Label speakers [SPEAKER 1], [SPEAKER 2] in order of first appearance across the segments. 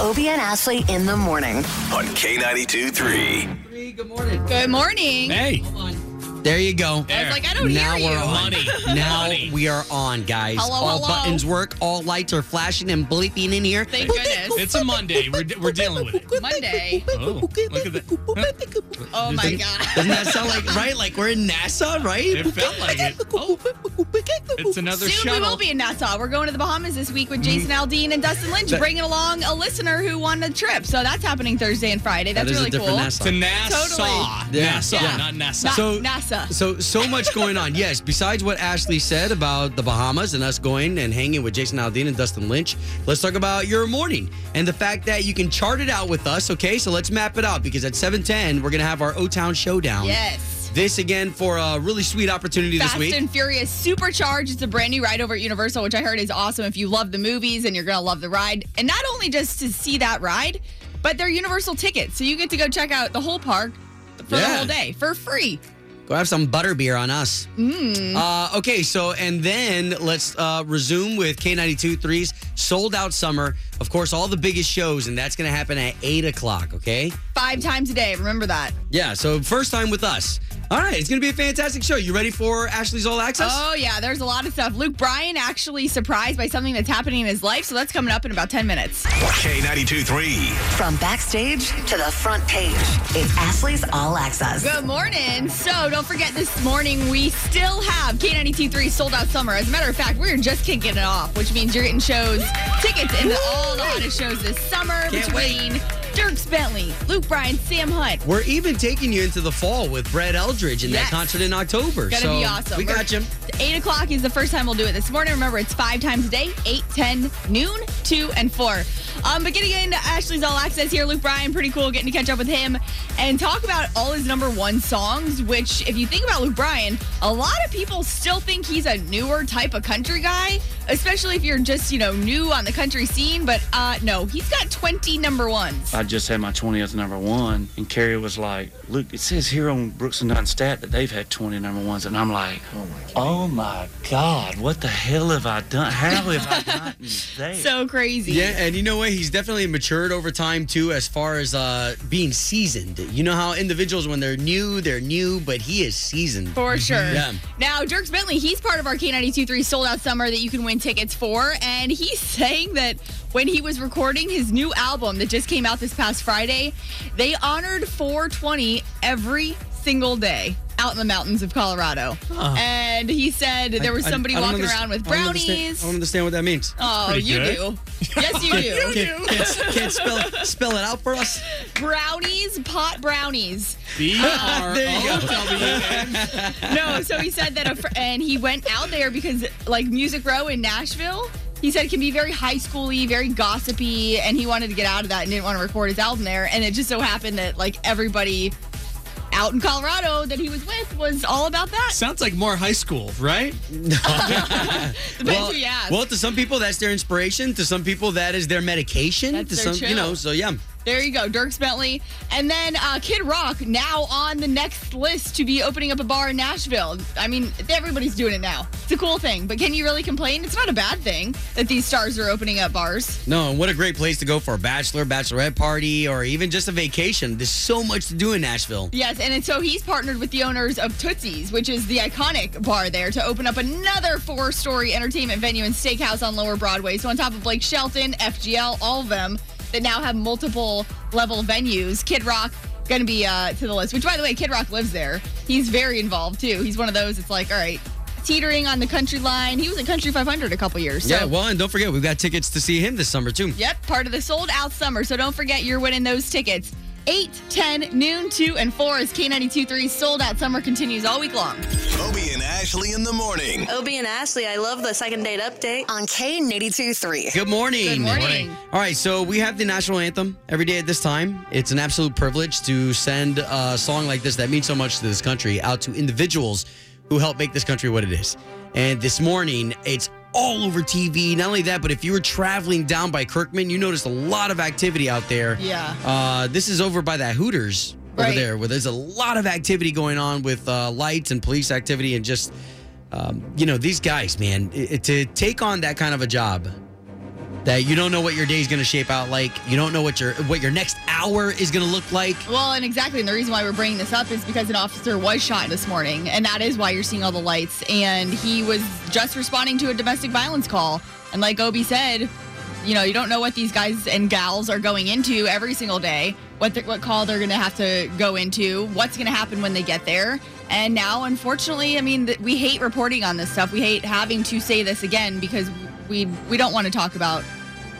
[SPEAKER 1] Obie and Ashley in the morning.
[SPEAKER 2] on K92 3.
[SPEAKER 3] Three, good morning.
[SPEAKER 4] Good morning.
[SPEAKER 5] Hey,
[SPEAKER 3] There you go.
[SPEAKER 4] I was like, I don't
[SPEAKER 3] now
[SPEAKER 4] hear
[SPEAKER 3] we're
[SPEAKER 4] you.
[SPEAKER 3] on.
[SPEAKER 5] Money.
[SPEAKER 3] Now
[SPEAKER 5] Money.
[SPEAKER 3] we are on, guys.
[SPEAKER 4] Hello,
[SPEAKER 3] all
[SPEAKER 4] hello.
[SPEAKER 3] buttons work. All lights are flashing and bleeping in here.
[SPEAKER 4] Thank goodness.
[SPEAKER 5] it's a Monday. We're, we're dealing with it.
[SPEAKER 4] Monday.
[SPEAKER 5] Oh, look at that.
[SPEAKER 4] Oh my god.
[SPEAKER 3] Doesn't that sound like right? Like we're in NASA, right?
[SPEAKER 5] It felt like it. Oh, it's another
[SPEAKER 4] Soon we
[SPEAKER 5] shuttle.
[SPEAKER 4] will be in Nassau. We're going to the Bahamas this week with Jason Aldean and Dustin Lynch,
[SPEAKER 3] Mm-hmm. That-
[SPEAKER 4] bringing along a listener who won a trip. So that's happening Thursday and Friday.
[SPEAKER 3] That
[SPEAKER 4] That's
[SPEAKER 3] is
[SPEAKER 4] really
[SPEAKER 3] a different
[SPEAKER 4] cool.
[SPEAKER 3] NASA.
[SPEAKER 5] to NASA.
[SPEAKER 3] Totally. Yeah,
[SPEAKER 5] NASA,
[SPEAKER 3] yeah.
[SPEAKER 5] not NASA.
[SPEAKER 4] Not
[SPEAKER 3] So-
[SPEAKER 4] NASA.
[SPEAKER 3] So so much going on. Yes, besides what Ashley said about the Bahamas and us going and hanging with Jason Aldean and Dustin Lynch, let's talk about your morning and the fact that you can chart it out with us. Okay, so let's map it out because at seven ten we're gonna have our O Town Showdown.
[SPEAKER 4] Yes.
[SPEAKER 3] This again for a really sweet opportunity
[SPEAKER 4] Fast
[SPEAKER 3] this week.
[SPEAKER 4] and Furious Supercharged. It's a brand new ride over at Universal, which I heard is awesome if you love the movies and you're going to love the ride. And not only just to see that ride, but they're Universal tickets. So you get to go check out the whole park for the
[SPEAKER 3] Yeah.
[SPEAKER 4] whole day for free.
[SPEAKER 3] Go have some butterbeer on us.
[SPEAKER 4] Mm.
[SPEAKER 3] Uh, okay, so and then let's uh, resume with K92 3's sold out summer. Of course, all the biggest shows, and that's going to happen at 8 o'clock, okay?
[SPEAKER 4] Five times a day. Remember that.
[SPEAKER 3] Yeah, so first time with us. All right, it's going to be a fantastic show. You ready for Ashley's All Access?
[SPEAKER 4] Oh yeah, there's a lot of stuff. Luke Bryan actually surprised by something that's happening in his life, so that's coming up in about 10 minutes.
[SPEAKER 2] K92 3.
[SPEAKER 1] From backstage to the front page, it's Ashley's All Access.
[SPEAKER 4] Good morning. So don't forget this morning we still have K92 sold out summer. As a matter of fact, we're just kicking it off, which means you're getting shows, tickets into all the hottest shows this summer
[SPEAKER 3] Can't wait.
[SPEAKER 4] between Dirks Bentley, Luke Bryan, Sam Hunt.
[SPEAKER 3] We're even taking you into the fall with Brett Eldridge in
[SPEAKER 4] Yes.
[SPEAKER 3] that concert in October.
[SPEAKER 4] Gonna
[SPEAKER 3] so
[SPEAKER 4] be awesome.
[SPEAKER 3] We got you.
[SPEAKER 4] Eight o'clock is the first time we'll do it this morning. Remember, it's five times a day: eight, ten, noon, two, and four. Um, but getting into Ashley's All Access here, Luke Bryan, pretty cool getting to catch up with him and talk about all his number one songs. Which, if you think about Luke Bryan, a lot of people still think he's a newer type of country guy, especially if you're just you know new on the country scene. But uh, no, he's got twenty number ones.
[SPEAKER 6] I just had my 20th number one, and Carrie was like, Look, it says here on Brooks and Dunn stat that they've had 20 number ones. And I'm like, Oh my God, what the hell have I done? How have I gotten there?
[SPEAKER 4] So crazy.
[SPEAKER 3] Yeah, and you know what? He's definitely matured over time too, as far as uh, being seasoned. You know how individuals when they're new, they're new, but he is seasoned.
[SPEAKER 4] For sure.
[SPEAKER 3] Mm-hmm. Yeah.
[SPEAKER 4] Now, Dirks Bentley, he's part of our K92.3 sold out summer that you can win tickets for. And he's saying that when he was recording his new album that just came out this past Friday, they honored 420 every single day out in the mountains of Colorado. And he said there was
[SPEAKER 3] I- I-
[SPEAKER 4] somebody
[SPEAKER 3] I don't
[SPEAKER 4] walking
[SPEAKER 3] underst-
[SPEAKER 4] around with
[SPEAKER 3] I don't understand-
[SPEAKER 4] brownies.
[SPEAKER 3] I don't understand what that means.
[SPEAKER 4] Oh,
[SPEAKER 5] pretty
[SPEAKER 4] you
[SPEAKER 5] good.
[SPEAKER 4] do. Yes, you do.
[SPEAKER 3] Can't, can't- can't spell spell it out for us.
[SPEAKER 4] brownies, pot brownies.
[SPEAKER 3] Oh,
[SPEAKER 5] B-R-O-W-N.
[SPEAKER 4] No, so he said that, a fr- and he went out there because, like, Music Row in Nashville, he said can be very high schooly, very gossipy, and he wanted to get out of that and didn't want to record his album there. And it just so happened that, like, everybody out in Colorado that he was with was all about that.
[SPEAKER 5] Sounds like more high school, right?
[SPEAKER 4] Depends who you ask.
[SPEAKER 3] well, to some people that's their inspiration. To some people that is their medication.
[SPEAKER 4] That's
[SPEAKER 3] to
[SPEAKER 4] their
[SPEAKER 3] some, you
[SPEAKER 4] chill.
[SPEAKER 3] know. So yeah,
[SPEAKER 4] There you go, Dirks Bentley. And then uh, Kid Rock now on the next list to be opening up a bar in Nashville. I mean, everybody's doing it now. It's a cool thing, but can you really complain? It's not a bad thing that these stars are opening up bars.
[SPEAKER 3] no. And what a great place to go for a bachelor, bachelorette party, or even just a vacation. There's so much to do in Nashville.
[SPEAKER 4] Yes, and, and so he's partnered with the owners of Tootsie's, which is the iconic bar there, to open up another four story entertainment venue and steakhouse on Lower Broadway. So, on top of Blake Shelton, FGL, all of them that now have multiple level venues, Kid Rock going to be uh, to the list, which, by the way, Kid Rock lives there. He's very involved, too. He's one of those, it's like, all right, teetering on the country line. He was at Country 500 a couple years. So.
[SPEAKER 3] Yeah. Well, and don't forget we've got tickets to see him this summer too.
[SPEAKER 4] Yep, part of the sold out summer. So don't forget you're winning those tickets. 8, 10, noon, 2, and 4 as K92 3 sold out summer continues all week long.
[SPEAKER 2] Obie and Ashley. Ashley in the morning.
[SPEAKER 7] Obie and Ashley, I love the second date update.
[SPEAKER 1] on K82 3.
[SPEAKER 3] Good morning.
[SPEAKER 4] Good morning. Morning.
[SPEAKER 3] All right, so we have the national anthem every day at this time. It's an absolute privilege to send a song like this that means so much to this country out to individuals who help make this country what it is. And this morning, it's all over TV. Not only that, but if you were traveling down by Kirkman, you noticed a lot of activity out there.
[SPEAKER 4] Yeah.
[SPEAKER 3] Uh, this is over by that Hooters over
[SPEAKER 4] Right.
[SPEAKER 3] there, where there's a lot of activity going on with uh, lights and police activity and just, um, you know, these guys, man, i- i- to take on that kind of a job that you don't know what your day's going to shape out like. You don't know what your what your next hour is going to look like.
[SPEAKER 4] Well, and exactly, and the reason why we're bringing this up is because an officer was shot this morning, and that is why you're seeing all the lights. And he was just responding to a domestic violence call. And like Obi said, you know, you don't know what these guys and gals are going into every single day, what they're- what call they're going to have to go into, what's going to happen when they get there. And now, unfortunately, I mean, th- we hate reporting on this stuff. We hate having to say this again because we we don't want to talk about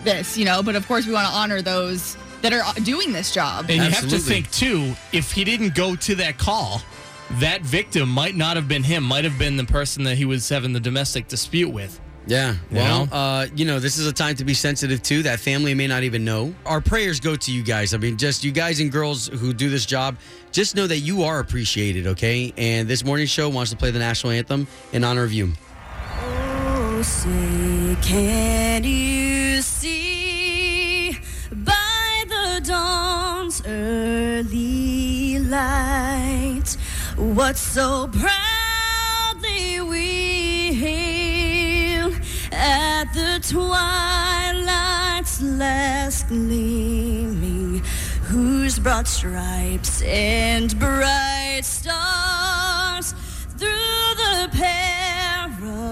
[SPEAKER 4] this, you know. But of course, we want to honor those that are uh, doing this job.
[SPEAKER 5] And you have to
[SPEAKER 3] Absolutely.
[SPEAKER 5] think too, if he didn't go to that call, that victim might not have been him, might have been the person that he was having the domestic dispute with.
[SPEAKER 3] Yeah.
[SPEAKER 5] You
[SPEAKER 3] Well,
[SPEAKER 5] know?
[SPEAKER 3] uh, you know, this is a time to be sensitive too. That family may not even know. Our prayers go to you guys. I mean, just you guys and girls who do this job, just know that you are appreciated, okay? And this morning show wants to play the national anthem in honor of you.
[SPEAKER 8] Oh, say, can you see by the dawn's early light what so proudly we hail at the twilight's last gleaming? Whose broad stripes and bright stars through the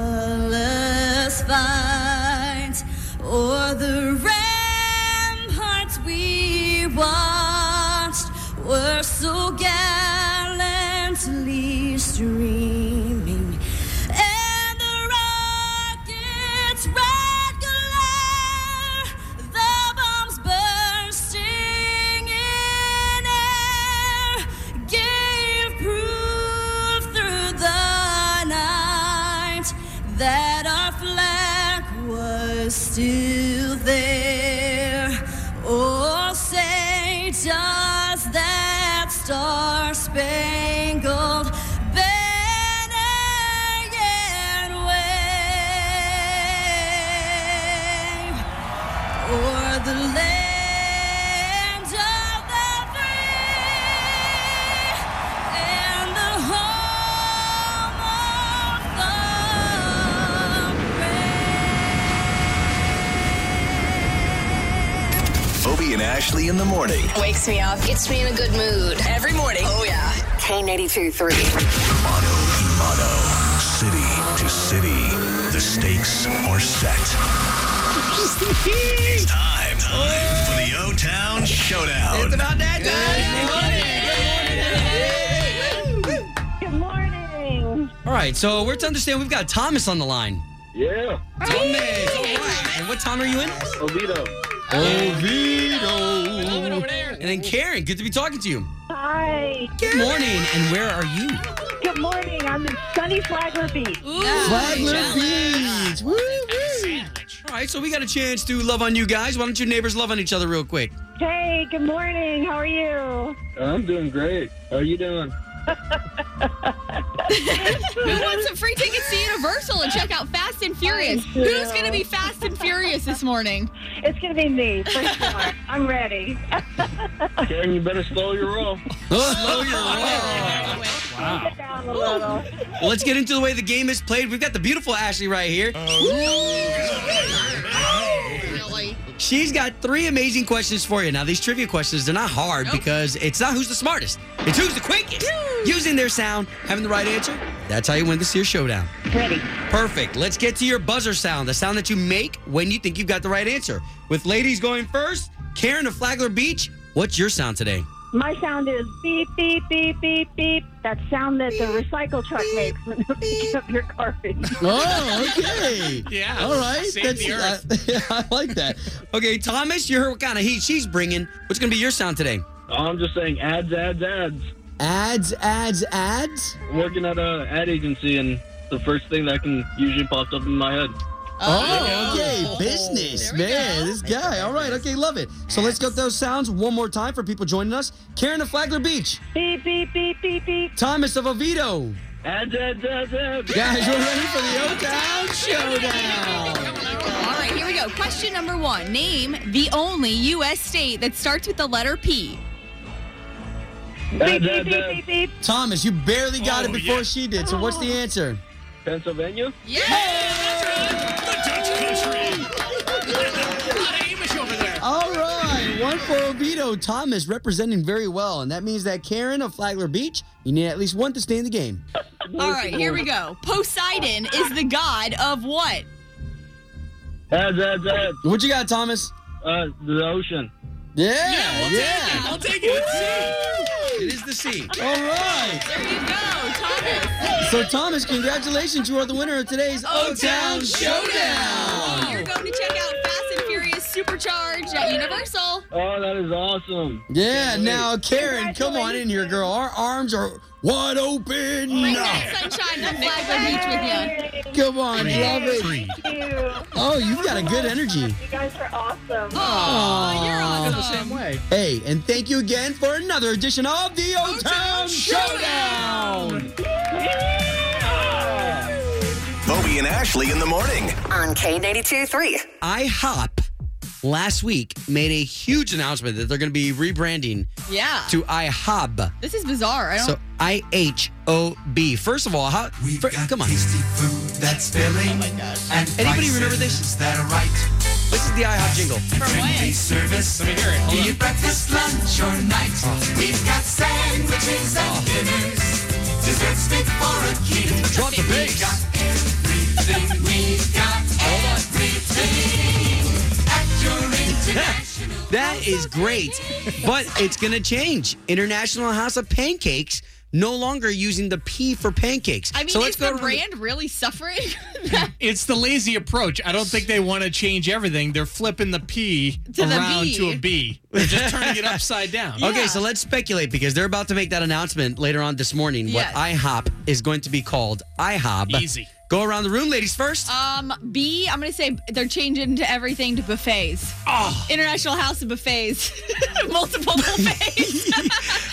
[SPEAKER 8] perilous fight o'er the ramparts we watched were so gallantly streaming and the rockets red glare the bombs bursting in air gave proof through the night that our flag was still there. Oh, say, does that star spangled banner yet wave? O'er the land of the free and the home of the brave.
[SPEAKER 2] Obie and Ashley in the morning.
[SPEAKER 9] Wakes me up, gets me in a good mood every morning. Oh, yeah.
[SPEAKER 1] K82 3.
[SPEAKER 2] Mono Mono. City to city. The stakes are set. it's time, time for the O Town Showdown.
[SPEAKER 3] about that
[SPEAKER 10] Good morning.
[SPEAKER 3] All right, so we're to understand we've got Thomas on the line.
[SPEAKER 10] Yeah,
[SPEAKER 3] Thomas, all right. And what town are you in?
[SPEAKER 10] Oviedo.
[SPEAKER 3] Oviedo. And then Karen, good to be talking to you.
[SPEAKER 10] Hi.
[SPEAKER 3] Good morning, and where are you?
[SPEAKER 10] Good morning. I'm in sunny Flagler Beach.
[SPEAKER 3] All right, so we got a chance to love on you guys. Why don't you neighbors love on each other real quick?
[SPEAKER 10] Hey, good morning. How are you?
[SPEAKER 11] I'm doing great. How are you doing?
[SPEAKER 4] Who wants some free tickets to Universal and check out Fast and Furious? Who's going to be Fast and Furious this morning?
[SPEAKER 10] It's gonna be me for sure. I'm ready.
[SPEAKER 11] Karen, you better slow your roll.
[SPEAKER 3] Slow your roll.
[SPEAKER 10] Get down a little.
[SPEAKER 3] Well, let's get into the way the game is played. We've got the beautiful Ashley right here. She's got three amazing questions for you. Now, these trivia questions, they're not hard because it's not who's the smartest, it's who's the quickest. Using their sound, having the right answer, that's how you win this year's showdown.
[SPEAKER 10] Ready.
[SPEAKER 3] Perfect. Let's get to your buzzer sound, the sound that you make when you think you've got the right answer. With ladies going first, Karen of Flagler Beach, what's your sound today?
[SPEAKER 10] My sound is beep beep beep beep beep. That sound that the recycle truck makes when they pick up your garbage.
[SPEAKER 3] Oh, okay.
[SPEAKER 5] Yeah.
[SPEAKER 3] All right.
[SPEAKER 5] Save the
[SPEAKER 3] I, I like that. Okay, Thomas, you heard what kind of heat she's bringing. What's going to be your sound today?
[SPEAKER 11] I'm just saying ads, ads, ads.
[SPEAKER 3] Ads, ads, ads.
[SPEAKER 11] I'm working at a ad agency and the first thing that can usually pops up in my head.
[SPEAKER 3] Oh, okay. Business, man. This guy. All right. Okay, love it. So let's get those sounds one more time for people joining us. Karen of Flagler Beach. Beep, beep, beep, beep, beep. Thomas of Oviedo. Guys, we're ready for the O Town Showdown.
[SPEAKER 4] All right, here we go. Question number one. Name the only U.S. state that starts with the letter P.
[SPEAKER 11] Beep, beep, beep, beep, beep.
[SPEAKER 3] Thomas, you barely got it
[SPEAKER 11] Oh,
[SPEAKER 3] before she did. So what's the answer?
[SPEAKER 11] Pennsylvania?
[SPEAKER 3] All right, one for Oviedo. Thomas representing very well, and that means that Karen of Flagler Beach, you need at least one to stay in the game.
[SPEAKER 4] All right, here we go. Poseidon is the god of what?
[SPEAKER 11] Heads, heads, heads.
[SPEAKER 3] What you got, Thomas?
[SPEAKER 11] Uh, the ocean.
[SPEAKER 3] Yeah,
[SPEAKER 11] Yeah, we'll take
[SPEAKER 3] yeah.
[SPEAKER 11] it.
[SPEAKER 5] I'll take it.
[SPEAKER 3] It is the sea. All right. There you go, Thomas. So, Thomas, congratulations. You are the winner of today's O Town Showdown.
[SPEAKER 4] You're going to check out Fast and Furious Supercharged at Universal.
[SPEAKER 11] Oh, that is awesome.
[SPEAKER 3] Yeah, now, Karen, come on in here, girl. Our arms are wide open.
[SPEAKER 4] Bring that sunshine to Flagler Beach with you.
[SPEAKER 3] Come on, love it. Oh, you've got a good energy.
[SPEAKER 10] You guys are awesome.
[SPEAKER 7] Oh.
[SPEAKER 4] Oh,
[SPEAKER 3] Aw. you're awesome. The same
[SPEAKER 10] way.
[SPEAKER 3] Hey, and thank you again for another edition of the O Town Showdown.
[SPEAKER 2] Bobby and Ashley in the morning.
[SPEAKER 1] On K82 3.
[SPEAKER 3] IHOP last week made a huge announcement that they're going to be rebranding
[SPEAKER 4] Yeah.
[SPEAKER 3] to IHOB.
[SPEAKER 4] This is bizarre. I don't.
[SPEAKER 3] So I H O B. First of all, how, fir- come on. Oh
[SPEAKER 12] That's filling. And
[SPEAKER 3] Anybody remember
[SPEAKER 12] this? That are right.
[SPEAKER 3] This is the IHOP jingle.
[SPEAKER 12] Friendly service. Let me hear it. Do you breakfast, lunch, or night? We've got sandwiches and dinners. Desserts fit for a king.
[SPEAKER 3] Drop the
[SPEAKER 12] We've got everything. We've got everything. At your international.
[SPEAKER 3] That is great, but it's going to change. International House of Pancakes no longer using the P for pancakes.
[SPEAKER 4] I mean,
[SPEAKER 3] so let's
[SPEAKER 4] is
[SPEAKER 3] go
[SPEAKER 4] the
[SPEAKER 3] to
[SPEAKER 4] brand really suffering?
[SPEAKER 5] It's the lazy approach. I don't think they want to change everything. They're flipping the P
[SPEAKER 4] To the
[SPEAKER 5] around
[SPEAKER 4] B.
[SPEAKER 5] to a B. They're just turning it upside down.
[SPEAKER 3] Okay, so let's speculate because they're about to make that announcement later on this morning.
[SPEAKER 4] Yes.
[SPEAKER 3] What IHOP is going to be called IHOB.
[SPEAKER 5] Easy.
[SPEAKER 3] Go around the room, ladies first.
[SPEAKER 4] um, B. I'm gonna say they're changing to everything to buffets.
[SPEAKER 3] Ah.
[SPEAKER 4] International House of Buffets, multiple buffets,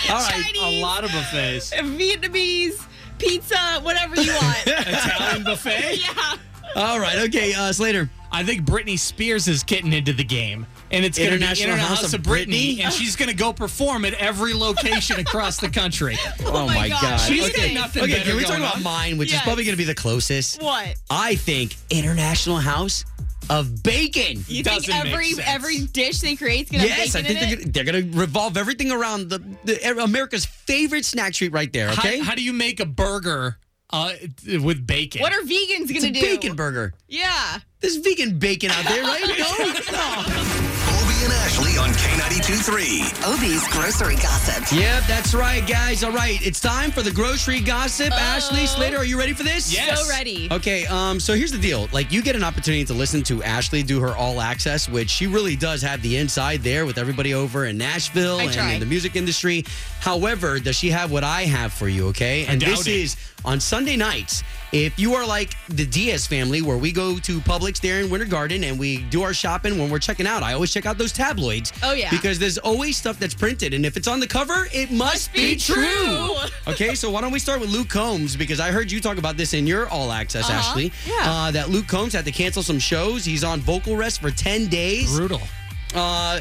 [SPEAKER 5] All right,
[SPEAKER 4] Chinese.
[SPEAKER 5] a lot of buffets.
[SPEAKER 4] Vietnamese, pizza, whatever you want.
[SPEAKER 5] Italian buffet?
[SPEAKER 3] Oh
[SPEAKER 4] yeah.
[SPEAKER 3] All right, okay, uh, Slater.
[SPEAKER 5] I think Britney Spears is getting into the game. And it's going to be
[SPEAKER 3] International
[SPEAKER 5] International
[SPEAKER 3] House
[SPEAKER 5] House,
[SPEAKER 3] of
[SPEAKER 5] of Britney,
[SPEAKER 3] Britney.
[SPEAKER 5] and she's going to go perform at every location across the country.
[SPEAKER 3] Oh, my God.
[SPEAKER 5] She's
[SPEAKER 3] okay,
[SPEAKER 5] got nothing
[SPEAKER 3] okay
[SPEAKER 5] better
[SPEAKER 3] can we talk
[SPEAKER 5] going
[SPEAKER 3] about
[SPEAKER 5] on.
[SPEAKER 3] mine, which is
[SPEAKER 4] Yes.
[SPEAKER 3] probably going to be the closest?
[SPEAKER 4] What?
[SPEAKER 3] I think International House of Bacon.
[SPEAKER 4] You think every every dish they create is gonna
[SPEAKER 3] yes,
[SPEAKER 4] have
[SPEAKER 3] I think
[SPEAKER 4] bacon in
[SPEAKER 3] they're
[SPEAKER 4] it?
[SPEAKER 3] gonna, they're gonna revolve everything around the, the er, America's favorite snack treat right there.
[SPEAKER 5] How-
[SPEAKER 3] Okay,
[SPEAKER 5] How, do you make a burger uh, with bacon?
[SPEAKER 4] What are vegans
[SPEAKER 3] it's
[SPEAKER 4] gonna
[SPEAKER 3] a
[SPEAKER 4] do?
[SPEAKER 3] bacon burger.
[SPEAKER 4] Yeah.
[SPEAKER 3] There's vegan bacon out there, right? No.
[SPEAKER 2] Bobby and Ashley on K92
[SPEAKER 1] Obie's grocery gossip.
[SPEAKER 3] Yep, that's right, guys. All right, it's time for the grocery gossip. Ashley Slater, are you ready for this?
[SPEAKER 5] Yes.
[SPEAKER 4] So ready.
[SPEAKER 3] Okay, um, so here's the deal. Like, you get an opportunity to listen to Ashley do her all access, which she really does have the inside there with everybody over in Nashville
[SPEAKER 4] I
[SPEAKER 3] and
[SPEAKER 4] try.
[SPEAKER 3] in the music industry. However, does she have what I have for you, okay? And this
[SPEAKER 5] doubt it.
[SPEAKER 3] is on Sunday nights. If you are like the Diaz family, where we go to Publix there in Winter Garden and we do our shopping when we're checking out, I always check out those tabloids.
[SPEAKER 4] Oh, yeah.
[SPEAKER 3] Because there's always stuff that's printed, and if it's on the cover, it must, be, true. Okay, so why don't we start with Luke Combs? Because I heard you talk about this in your All Access,
[SPEAKER 4] Uh-huh.
[SPEAKER 3] Ashley.
[SPEAKER 4] Yeah.
[SPEAKER 3] Uh, that Luke Combs had to cancel some shows. He's on vocal rest for 10 days.
[SPEAKER 5] Brutal.
[SPEAKER 3] Uh,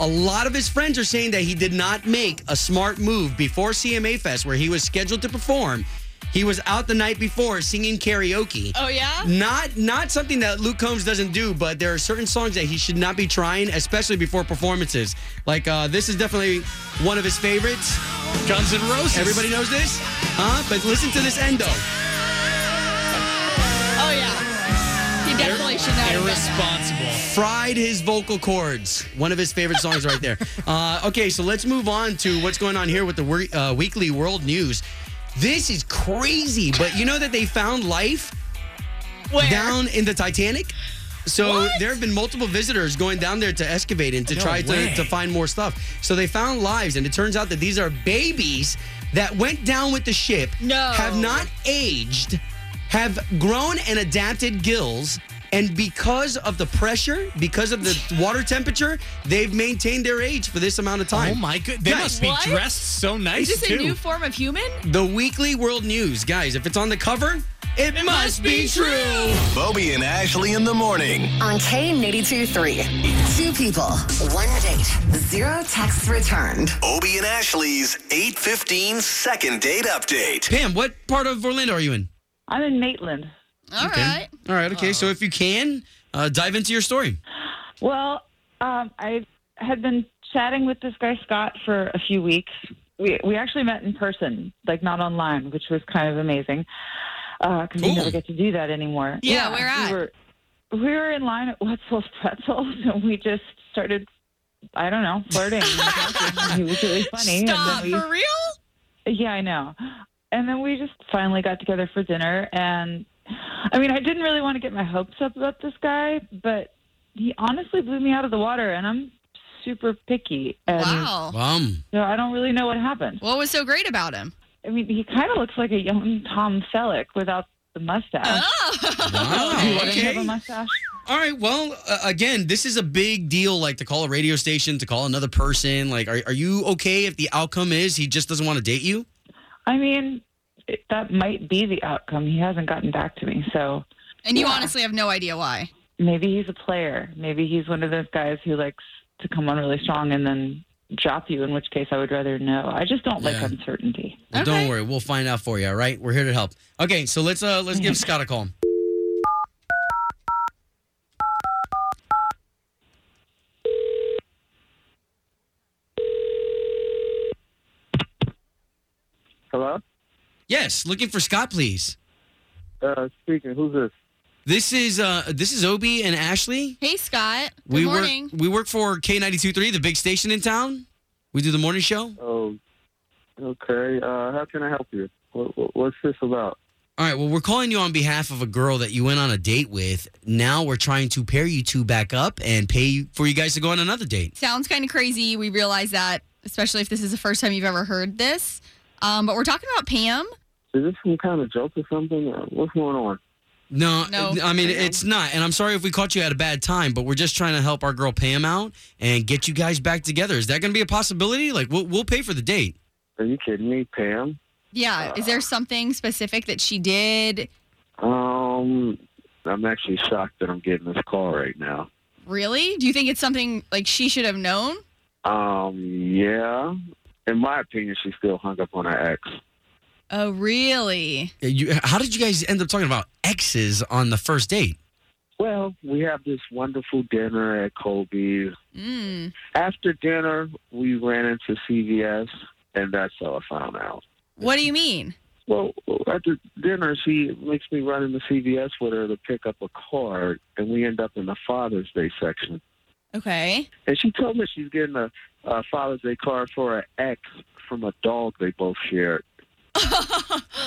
[SPEAKER 3] a lot of his friends are saying that he did not make a smart move before CMA Fest, where he was scheduled to perform. He was out the night before singing karaoke.
[SPEAKER 4] Oh yeah?
[SPEAKER 3] Not not something that Luke Combs doesn't do, but there are certain songs that he should not be trying, especially before performances. Like uh, this is definitely one of his favorites.
[SPEAKER 5] Guns and Roses.
[SPEAKER 3] Everybody knows this, huh? But listen to this end though.
[SPEAKER 4] Oh yeah. He definitely should not have done that.
[SPEAKER 5] Irresponsible.
[SPEAKER 3] fried his vocal cords. One of his favorite songs right there. Uh, okay, so let's move on to what's going on here with the wor- uh, weekly world news. This is crazy, but you know that they found life
[SPEAKER 4] Where?
[SPEAKER 3] down in the Titanic? So there have been multiple visitors going down there to excavate and to
[SPEAKER 5] No
[SPEAKER 3] try to,
[SPEAKER 5] way.
[SPEAKER 3] to find more stuff. So they found lives, and it turns out that these are babies that went down with the ship,
[SPEAKER 4] No.
[SPEAKER 3] have not aged, have grown and adapted gills. And because of the pressure, because of the water temperature, they've maintained their age for this amount of time.
[SPEAKER 5] Oh my good! They
[SPEAKER 3] Guys,
[SPEAKER 5] must be
[SPEAKER 4] what?
[SPEAKER 5] dressed so nice
[SPEAKER 4] Is this
[SPEAKER 5] too.
[SPEAKER 4] a new form of human?
[SPEAKER 3] The Weekly World News. Guys, if it's on the cover, it, must, be true.
[SPEAKER 2] Bobby and Ashley in the morning.
[SPEAKER 1] On K82.3, two people, one date, zero texts returned.
[SPEAKER 2] Obie and Ashley's 815 second date update.
[SPEAKER 3] Pam, what part of Orlando are you in?
[SPEAKER 10] I'm in Maitland.
[SPEAKER 4] All right.
[SPEAKER 3] All right, okay. So if you can, uh, dive into your story.
[SPEAKER 10] Well, um, I had been chatting with this guy Scott for a few weeks. We we actually met in person, like not online, which was kind of amazing because we never get to do that anymore.
[SPEAKER 4] Yeah, where at?
[SPEAKER 10] We were, we were in line at Wetzel's Pretzels, and we just started. I don't know, flirting. he was really funny. and then
[SPEAKER 4] Stop
[SPEAKER 10] we-
[SPEAKER 4] for real?
[SPEAKER 10] yeah, I know. And then we just finally got together for dinner. And I mean, I didn't really want to get my hopes up about this guy, but he honestly blew me out of the water. And I'm super picky. And
[SPEAKER 4] Wow.
[SPEAKER 3] Bum.
[SPEAKER 10] So I don't really know what happened.
[SPEAKER 4] What was so great about him?
[SPEAKER 10] I mean, he kind of looks like a young Tom Selleck without the mustache. He
[SPEAKER 3] Wow.
[SPEAKER 10] doesn't have a
[SPEAKER 3] Okay.
[SPEAKER 10] mustache.
[SPEAKER 3] All right. Well, uh, again, this is a big deal. Like to call a radio station, to call another person. Like, are, are you okay if the outcome is he just doesn't want to date you?
[SPEAKER 10] I mean, it, that might be the outcome. He hasn't gotten back to me. So
[SPEAKER 4] And you
[SPEAKER 10] Yeah.
[SPEAKER 4] honestly have no idea why.
[SPEAKER 10] maybe he's a player. Maybe he's one of those guys who likes to come on really strong and then drop you, in which case I would rather know. I just don't
[SPEAKER 3] Yeah.
[SPEAKER 10] like uncertainty.
[SPEAKER 3] Well, Don't worry, we'll find out for you. All right, we're here to help. Okay, so let's uh let's give Scott a call.
[SPEAKER 13] Hello?
[SPEAKER 3] Yes, looking for Scott, please.
[SPEAKER 13] Uh, speaking. Who's this?
[SPEAKER 3] This is uh this is Obi and Ashley.
[SPEAKER 4] Hey, Scott. Good
[SPEAKER 3] we
[SPEAKER 4] morning.
[SPEAKER 3] work we work for K 923 the big station in town. We do the morning show.
[SPEAKER 13] Oh, okay. Uh, how can I help you? What, what, what's this about?
[SPEAKER 3] All right, well, we're calling you on behalf of a girl that you went on a date with. Now we're trying to pair you two back up and pay you- for you guys to go on another date.
[SPEAKER 4] Sounds kind of crazy. We realize that, especially if this is the first time you've ever heard this. Um, but we're talking about Pam.
[SPEAKER 13] Is this some kind of joke or something? Or what's going on?
[SPEAKER 3] No,
[SPEAKER 4] No.
[SPEAKER 3] I mean it's not. And I'm sorry if we caught you at a bad time, but we're just trying to help our girl Pam out and get you guys back together. Is that going to be a possibility? Like we'll we'll pay for the date.
[SPEAKER 13] Are you kidding me, Pam?
[SPEAKER 4] Yeah. Is there something specific that she did?
[SPEAKER 13] Um, I'm actually shocked that I'm getting this call right now.
[SPEAKER 4] Really? Do you think it's something like she should have known?
[SPEAKER 13] Um, yeah. In my opinion, she's still hung up on her ex.
[SPEAKER 4] Oh, really?
[SPEAKER 3] Uh, You, how did you guys end up talking about exes on the first date?
[SPEAKER 13] Well, we have this wonderful dinner at Kobe's.
[SPEAKER 4] Mm.
[SPEAKER 13] After dinner, we ran into CVS, and that's how I found out.
[SPEAKER 4] What do you mean?
[SPEAKER 13] Well, at the dinner, she makes me run into CVS with her to pick up a card, and we end up in the Father's Day section.
[SPEAKER 4] Okay.
[SPEAKER 13] And she told me she's getting a, a Father's Day card for her ex from a dog they both shared.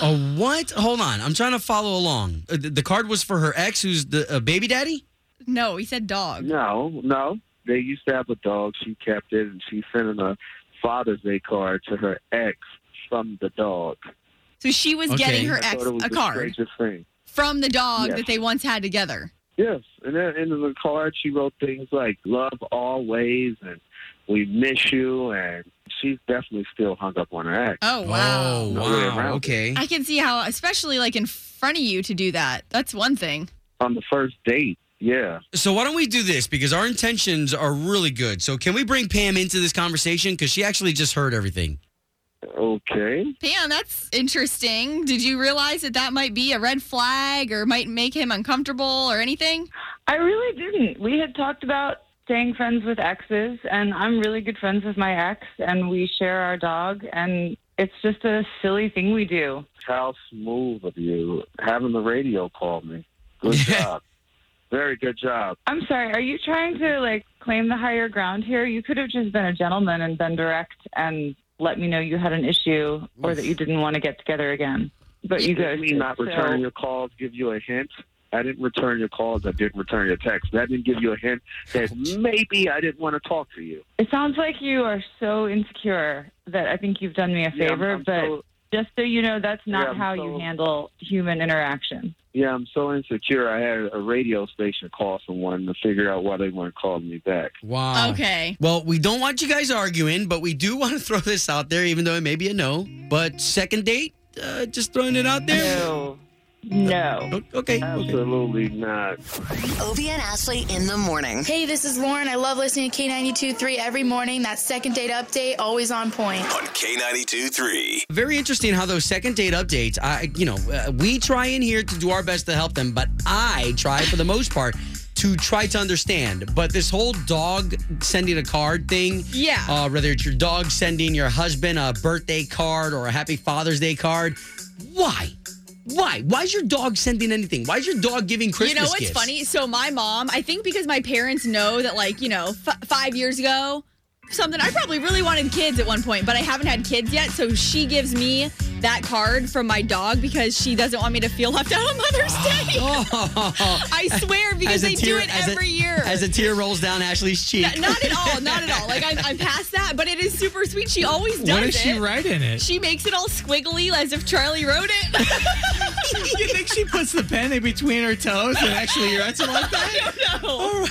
[SPEAKER 3] Oh, what? Hold on, I'm trying to follow along. Uh, The the card was for her ex, who's the uh, baby daddy.
[SPEAKER 4] No, he said dog.
[SPEAKER 13] No, no, they used to have a dog. She kept it, and she's sending a Father's Day card to her ex from the dog.
[SPEAKER 4] So she was getting her
[SPEAKER 13] I
[SPEAKER 4] ex
[SPEAKER 13] thought it was
[SPEAKER 4] a
[SPEAKER 13] the
[SPEAKER 4] card
[SPEAKER 13] strangest thing.
[SPEAKER 4] from the dog
[SPEAKER 13] Yes.
[SPEAKER 4] that they once had together.
[SPEAKER 13] Yes, and then in the card she wrote things like "love always" and "we miss you," and she's definitely still hung up on her ex.
[SPEAKER 4] Oh, wow.
[SPEAKER 3] Oh
[SPEAKER 13] No way
[SPEAKER 3] wow.
[SPEAKER 13] around.
[SPEAKER 3] Okay.
[SPEAKER 4] I can see how, especially like in front of you to do that. That's one thing.
[SPEAKER 13] On the first date, yeah.
[SPEAKER 3] So why don't we do this because our intentions are really good. So can we bring Pam into this conversation because she actually just heard everything.
[SPEAKER 13] Okay.
[SPEAKER 4] Pam, that's interesting. Did you realize that that might be a red flag or might make him uncomfortable or anything?
[SPEAKER 10] I really didn't. We had talked about staying friends with exes, and I'm really good friends with my ex, and we share our dog, and it's just a silly thing we do.
[SPEAKER 13] How smooth of you having the radio call me. Good job. Very good job.
[SPEAKER 10] I'm sorry, are you trying to like claim the higher ground here? You could have just been a gentleman and been direct and let me know you had an issue or that you didn't want to get together again. But you guys
[SPEAKER 13] Did me not
[SPEAKER 10] did,
[SPEAKER 13] return
[SPEAKER 10] so-
[SPEAKER 13] your calls give you a hint? I didn't return your calls. I didn't return your text. That didn't give you a hint that maybe I didn't want to talk to you.
[SPEAKER 10] It sounds like you are so insecure that I think you've done me a
[SPEAKER 13] Yeah, I'm-
[SPEAKER 10] favor,
[SPEAKER 13] I'm
[SPEAKER 10] but
[SPEAKER 13] so-
[SPEAKER 10] Just so you know, that's not
[SPEAKER 13] Yeah,
[SPEAKER 10] how
[SPEAKER 13] so-
[SPEAKER 10] you handle human interaction.
[SPEAKER 13] Yeah, I'm so insecure. I had a radio station call someone to figure out why they weren't calling me back.
[SPEAKER 3] Wow.
[SPEAKER 4] Okay.
[SPEAKER 3] Well, we don't want you guys arguing, but we do want to throw this out there, even though it may be a no. But second date, uh, just throwing it out there.
[SPEAKER 10] No. Oh, No.
[SPEAKER 3] Okay.
[SPEAKER 13] Absolutely not.
[SPEAKER 1] Obie and Ashley in the morning.
[SPEAKER 9] Hey, this is Lauren. I love listening to K92 3 every morning. That second date update, always on point.
[SPEAKER 2] on K92 3.
[SPEAKER 3] Very interesting how those second date updates. I, you know, uh, we try in here to do our best to help them, but I try for the most part to try to understand. But this whole dog sending a card thing,
[SPEAKER 4] Yeah.
[SPEAKER 3] uh, whether it's your dog sending your husband a birthday card or a Happy Father's Day card, why? Why? Why is your dog sending anything? Why is your dog giving Christmas?
[SPEAKER 4] you know what's
[SPEAKER 3] gifts?
[SPEAKER 4] funny? So my mom, I think because my parents know that, like you know, f- five years ago, something I probably really wanted kids at one point, but I haven't had kids yet. So she gives me that card from my dog because she doesn't want me to feel left out on Mother's Day. I swear, because
[SPEAKER 3] As a
[SPEAKER 4] they
[SPEAKER 3] tear-
[SPEAKER 4] do it
[SPEAKER 3] as a-
[SPEAKER 4] every year.
[SPEAKER 3] As a tear rolls down Ashley's cheek.
[SPEAKER 4] N- not at all, not at all. Like I'm, I'm past that, but it is super sweet. She always does
[SPEAKER 5] What does she
[SPEAKER 4] it.
[SPEAKER 5] write in it?
[SPEAKER 4] She makes it all squiggly as if Charlie wrote it.
[SPEAKER 5] you think she puts the pen in between her toes and actually writes it like that?
[SPEAKER 4] I don't know.
[SPEAKER 3] Oh,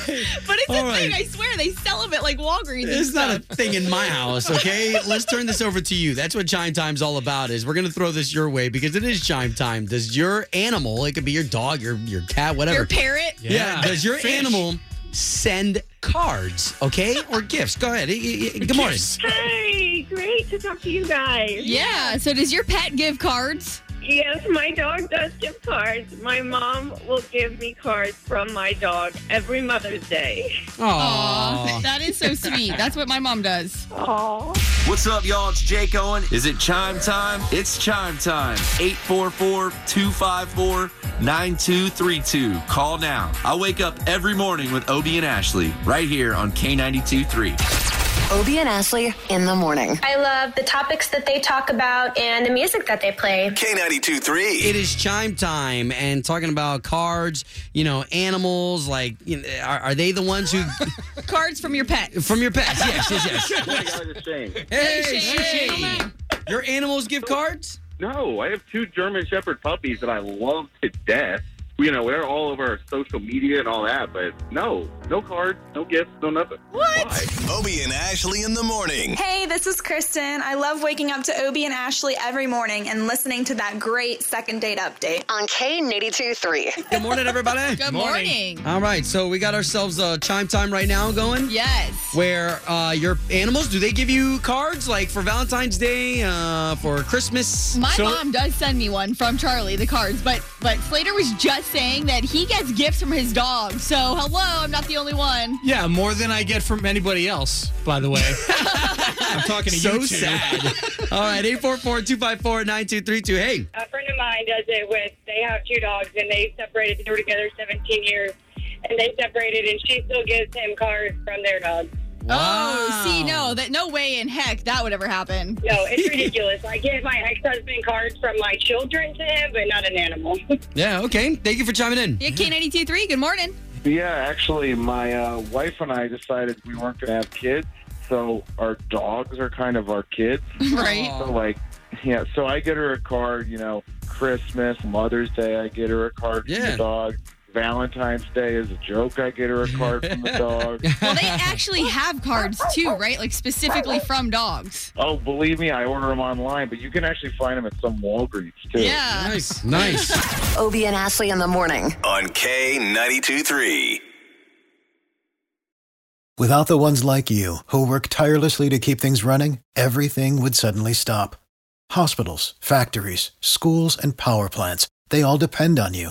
[SPEAKER 4] But it's
[SPEAKER 3] All
[SPEAKER 4] a thing.
[SPEAKER 3] right.
[SPEAKER 4] I swear they sell them at like Walgreens. and
[SPEAKER 3] It's not a
[SPEAKER 4] stuff.
[SPEAKER 3] thing in my house, okay? Let's turn this over to you. That's what chime time's all about is we're going to throw this your way because it is chime time. Does your animal, it could be your dog, your your cat, whatever.
[SPEAKER 4] Your parrot?
[SPEAKER 3] Yeah.
[SPEAKER 4] Yeah.
[SPEAKER 3] Does your
[SPEAKER 4] Fish.
[SPEAKER 3] animal send cards, okay? Or gifts? Go ahead. Y- y- y- Good morning.
[SPEAKER 14] Hey, great to talk to you guys.
[SPEAKER 4] Yeah. So does your pet give cards?
[SPEAKER 14] Yes, my dog does give cards. My mom will give me cards from my dog every Mother's Day.
[SPEAKER 4] Aw, that is so sweet. That's what my mom does.
[SPEAKER 14] Aww.
[SPEAKER 15] What's up, y'all? It's Jake Owen. Is it chime time? It's chime time. 844 254 9232. Call now. I wake up every morning with Obie and Ashley right here on K92 3.
[SPEAKER 1] Obie and Ashley in the morning.
[SPEAKER 16] I love the topics that they talk about and the music that they play.
[SPEAKER 2] K92 3.
[SPEAKER 3] It is chime time and talking about cards, you know, animals, like, you know, are, are they the ones who,
[SPEAKER 4] Cards from your pet.
[SPEAKER 3] from your pets? Yes, yes, yes. Hey, Shane. Your animals give cards?
[SPEAKER 17] No, I have two German Shepherd puppies that I love to death. You know, they're all over our social media and all that, but no, no cards, no gifts, no nothing.
[SPEAKER 2] What? Obie and Ashley in the morning.
[SPEAKER 9] Hey, this is Kristen. I love waking up to Obie and Ashley every morning and listening to that great second date update
[SPEAKER 1] on K82 3.
[SPEAKER 3] Good morning, everybody.
[SPEAKER 4] Good morning.
[SPEAKER 3] All right, so we got ourselves a chime time right now going.
[SPEAKER 4] Yes.
[SPEAKER 3] Where uh, your animals, do they give you cards like for Valentine's Day, uh, for Christmas?
[SPEAKER 4] My
[SPEAKER 3] So-
[SPEAKER 4] mom does send me one from Charlie, the cards, but but Slater was just saying that he gets gifts from his dog. So hello, I'm not the only one.
[SPEAKER 5] Yeah, more than I get from anybody else, by the way. I'm talking to
[SPEAKER 3] so
[SPEAKER 5] you two.
[SPEAKER 3] sad. All right, 844-254-9232. Hey,
[SPEAKER 18] A friend of mine does it with, they have two dogs and they separated, they were together 17 years and they separated and she still gives him cards from their dog.
[SPEAKER 4] Oh, see, no, that no way in heck that would ever happen.
[SPEAKER 18] No, it's ridiculous. I give my ex-husband cards from my children to him, but not an animal.
[SPEAKER 3] yeah, okay. Thank you for chiming in.
[SPEAKER 4] Yeah, K92.3, good morning.
[SPEAKER 13] Yeah, actually, my uh, wife and I decided we weren't going to have kids, so our dogs are kind of our kids.
[SPEAKER 4] Right.
[SPEAKER 3] Oh.
[SPEAKER 13] So, like, yeah, so I get her a card, you know, Christmas, Mother's Day, I get her a card from
[SPEAKER 3] Yeah.
[SPEAKER 13] the dog. Valentine's Day is a joke, I get her a card from the dog.
[SPEAKER 4] Well, they actually have cards too, right? Like specifically from dogs.
[SPEAKER 13] Oh, believe me, I order them online, but you can actually find them at some Walgreens, too.
[SPEAKER 4] Yeah.
[SPEAKER 3] Nice. Nice.
[SPEAKER 1] Obie and Ashley in the morning.
[SPEAKER 2] On K92 3.
[SPEAKER 19] Without the ones like you, who work tirelessly to keep things running, everything would suddenly stop. Hospitals, factories, schools, and power plants, they all depend on you.